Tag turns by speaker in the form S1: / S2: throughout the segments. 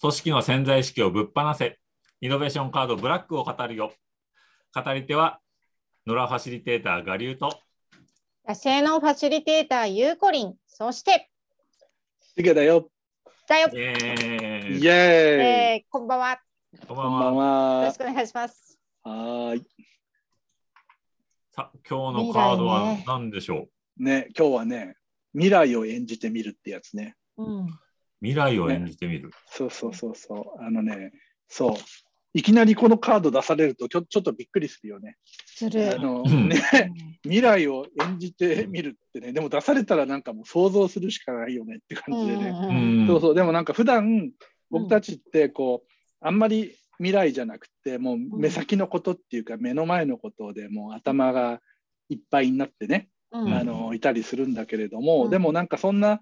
S1: 組織の潜在意識をぶっ放せ。イノベーションカードブラックを語るよ。語り手は、野良ファシリテーター、我流と、
S2: 野生のファシリテーターゆうこりん、そして
S3: しげだよ。
S2: だよ、
S1: イエーイ
S3: イエーイ。
S2: えーこんばんは。よ
S1: こんば
S3: こ
S1: ん
S3: んばん
S1: は。
S2: ろ
S3: は
S2: し。くお願いします。
S3: はーい。
S1: さ今日のカードは何でしょう
S3: ね、今日はね、未来を演じてみるってやつね。
S2: うん、
S1: 未来を演じてみる。
S3: そうそうそうそう。あのね、そう。いきなりこのカード出されるとちょちょっとびっくりするよね。
S2: す
S3: あ
S2: る。
S3: の
S1: うん
S3: ね、未来を演じてみるってね、でも出されたらなんかもう想像するしかないよねって感じでね。
S1: う
S2: うん
S1: ん
S3: そうそう、でもなんか普段僕たちってこう、あんまり未来じゃなくて、もう目先のことっていうか、目の前のことでもう頭がいっぱいになってね、
S2: うん
S3: あのいたりするんだけれども、
S2: うん
S3: でもなんかそんな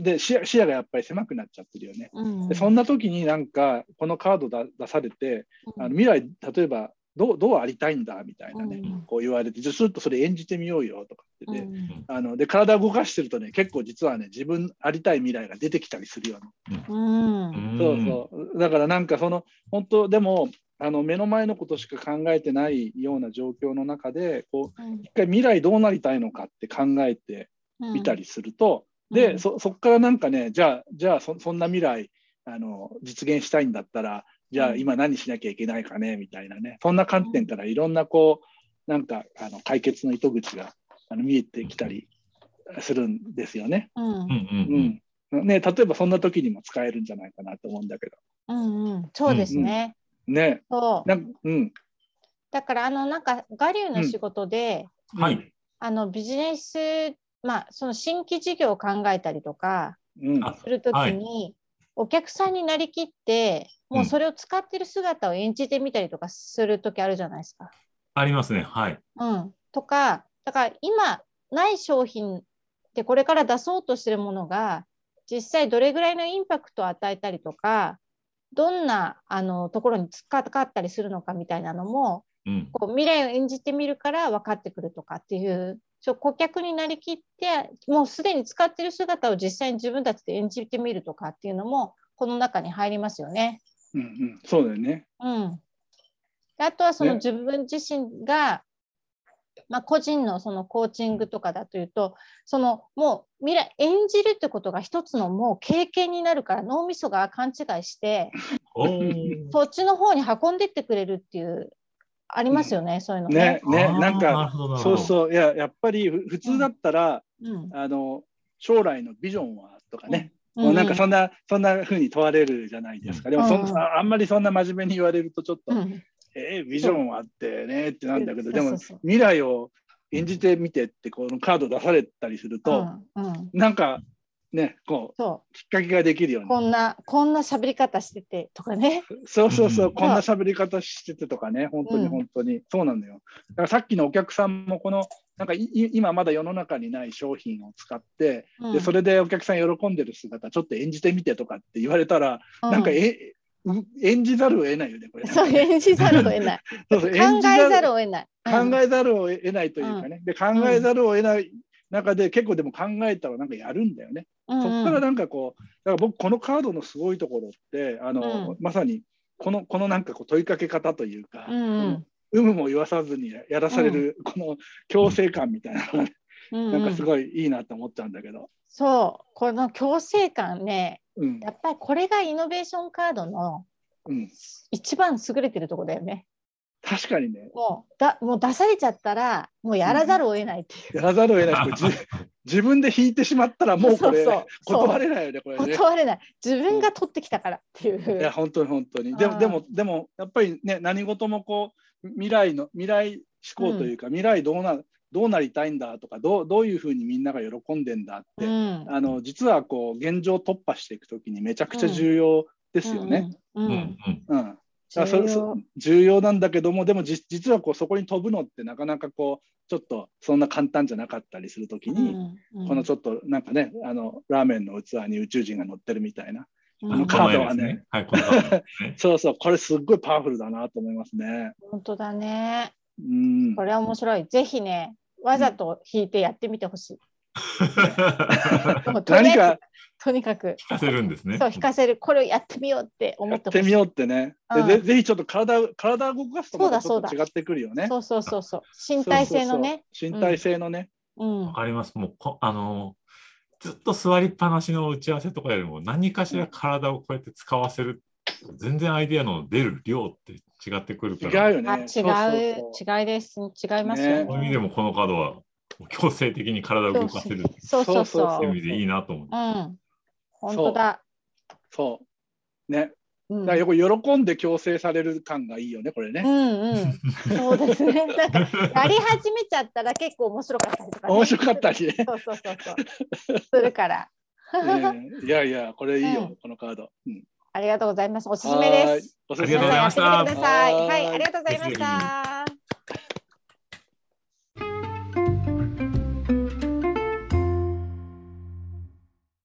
S3: で視野視野がやっぱり狭くなっちゃってるよね。
S2: うん
S3: でそんな時になんかこのカードだ出されてあの未来例えばどうどうありたいんだみたいなね、
S2: うん
S3: こう言われてじゃあちょっとそれ演じてみようよとかってね、
S2: うん
S3: あので体動かしてるとね結構実はね自分ありたい未来が出てきたりするよね。
S2: うんうん
S3: そうそうだからなんかその本当でもあの目の前のことしか考えてないような状況の中でこう一回未来どうなりたいのかって考えて
S2: うん
S3: 見たりすると、
S2: う
S3: で
S2: ん
S3: そそこからなんかねじゃあじゃあそそんな未来あの実現したいんだったらじゃ
S2: う
S3: あ
S2: ん
S3: 今何しなきゃいけないかねみたいなねそんな観点からいろんなこうなんかあの解決の糸口があの見えてきたりするんですよね。
S2: うん
S1: うんう
S3: うんんね、例えばそんな時にも使えるんじゃないかなと思うんだけど。
S2: うんうんそうですね。
S3: ね、
S2: そう
S3: なんうん、
S2: だからあのなんか我流の仕事で、
S1: うん。はい。
S2: あのビジネスまあその新規事業を考えたりとか、
S3: うん、
S1: あ
S2: するときに、
S1: は
S2: お客さんになりきってもうそれを使ってる姿を演じてみたりとかするときあるじゃないですか。
S1: ありますね。はい。
S2: うん、とかだから今ない商品でこれから出そうとしてるものが実際どれぐらいのインパクトを与えたりとかどんなあのところに使ったりするのかみたいなのも
S1: うん。
S2: こう未来を演じてみるから分かってくるとかっていうそう顧客になりきってもうすでに使ってる姿を実際に自分たちで演じてみるとかっていうのもこの中に入りますよね。
S3: うんうん、そうだよね。
S2: うん、であとはその
S3: ね
S2: 自分自身が、まあ、個人のそのコーチングとかだというとそのもう未来演じるってことが一つのもう経験になるから脳みそが勘違いして
S1: おー
S2: そっちの方に運んでってくれるっていうありますよね、そういうの
S3: ね
S2: ね。
S3: ね
S1: あー
S3: なんか
S1: るほどなるほ
S3: そ
S1: ど
S3: うそう、いや、やっぱりふ普通だったら、
S2: うん
S3: あの将来のビジョンはとかね、
S2: う
S3: もうなんかそんな、そんな風に問われるじゃないですか。でもそん、
S2: うん
S3: ああんまりそんな真面目に言われるとちょっと、
S2: うん
S3: えービジョンはあってねってなんだけ
S2: そ
S3: ど、
S2: う
S3: で
S2: そう
S3: も
S2: そう
S3: 未来を演じてみてってこのカード出されたりすると、
S2: うんうん
S3: なんかね、こ
S2: そう
S3: きっかけができるよ
S2: うこ
S3: ね。
S2: んなこんな喋り方しててとかね。
S3: そうそうそう、
S1: うん
S3: こんな喋り方しててとかね、本当
S2: う
S3: に
S2: ん
S3: 本当に、そうなんだよ。だからさっきのお客さんもこのなんかいい今まだ世の中にない商品を使って、
S2: う
S3: で
S2: ん
S3: それでお客さん喜んでる姿ちょっと演じてみてとかって言われたら、なんか
S2: う
S3: え、う演じざるを得ないよね、これ。
S2: そう演じざるを得ない。
S3: そう
S2: 考
S3: そう
S2: え
S3: 演じ
S2: ざるを得ない。うん
S3: 考えざるを得ないというかね、で考えざるを得ない中で、結構でも考えたらなんかやるんだよね。
S2: うん
S3: そこからなんかこう、だから僕、このカードのすごいところって、あの
S2: うん
S3: まさにこのこのなんかこう問いかけ方というか、
S2: うんうん
S3: 有無も言わさずにやらされる、この強制感みたいなのがね、
S2: うん
S3: なんかすごいいいなと思ったんだけど。
S2: そうこの強制感ね
S3: うん
S2: やっぱりこれがイノベーションカードの
S3: うん、
S2: 一番優れてるとこだよね。
S3: 確かにね、
S2: もうだもう出されちゃったらもうやらざるを得ないっていう。
S3: やらざるを得ないしこれじ自分で引いてしまったら、もうこれ、
S2: そうそう
S3: 断れないよね、これね。
S2: 断れない自分が取ってきたからっていう。
S3: いや本当に本当にで
S2: う
S3: も
S2: ん
S3: でもでもやっぱりね何事もこう未来の未来思考というか、未来どうなどうなりたいんだとかどうどういうふうにみんなが喜んでんだって、
S2: うん
S3: あの実はこう現状突破していくときにめちゃくちゃ重要ですよね。
S2: うん。
S1: う
S2: うん
S1: うんん
S3: うんだからそれ
S2: 重
S3: そ
S2: 要
S3: 重要なんだけどもでもじ実はこうそこに飛ぶのってなかなかこうちょっとそんな簡単じゃなかったりするときに、
S2: うんうん
S3: このちょっとなんかねあのラーメンの器に宇宙人が乗ってるみたいな
S2: う
S3: あ
S2: ん
S3: の
S1: こ
S3: カ
S1: 絵
S3: ード
S1: で
S3: は
S1: す
S3: ね
S1: ね。はい、このカードですね
S3: そうそうこれすっごいパワフルだなと思いますね。
S2: 本当だね。
S3: うん
S2: これは面白い。ぜひね、わざと弾いてやってみてほしい。 もうとり
S3: 何
S2: あえ
S3: か
S2: ずとにかく、
S1: 聞かせるんですね。
S2: そう、引かせる、これをやってみようって思
S3: や
S2: っ
S3: ってて
S2: ほし
S3: み
S2: い。
S3: ようってね。で
S2: うん
S3: ぜぜひちょっと体を体を動かすとまたちょ
S2: そう
S3: っ
S2: だ
S3: と
S2: そう
S3: 違ってくるよね。
S2: そうそうそうそう、身体性のね。
S3: そうそうそう身体性のね。
S2: うん
S1: わ、かります。もうこあのずっと座りっぱなしの打ち合わせとかよりも何かしら体をこうやって使わせる全然アイディアの出る量って違ってくる
S3: 違
S1: か
S3: う
S1: ら
S3: よね。
S2: あ違う
S3: そうそうそう
S2: 違いです、違いますよね。
S1: そういう意味でもこのカードは強制的に体を動かせるって
S2: そうそう
S3: そう
S2: そ
S1: いう
S3: そうそうう
S1: 意味でいいなと思って。
S2: うん、本当だ。
S3: そう。ね。
S2: うん、
S3: だからよく喜んで強制される感がいいよね、これ
S2: う
S3: ね。
S2: んうん、そうですね。なんかやり始めちゃったら結構面白かったりとか、ね。
S3: 面白かった りね。
S2: そうそうそうそう。するから。
S3: うんいやいや、これいいよ、
S2: うん
S3: このカード。うん
S2: ありがとうございます。おすすめです。
S3: はいおすす
S1: ありがとうございました
S2: 皆さんやってみてください。
S3: は
S2: はいい、ありがとうございました。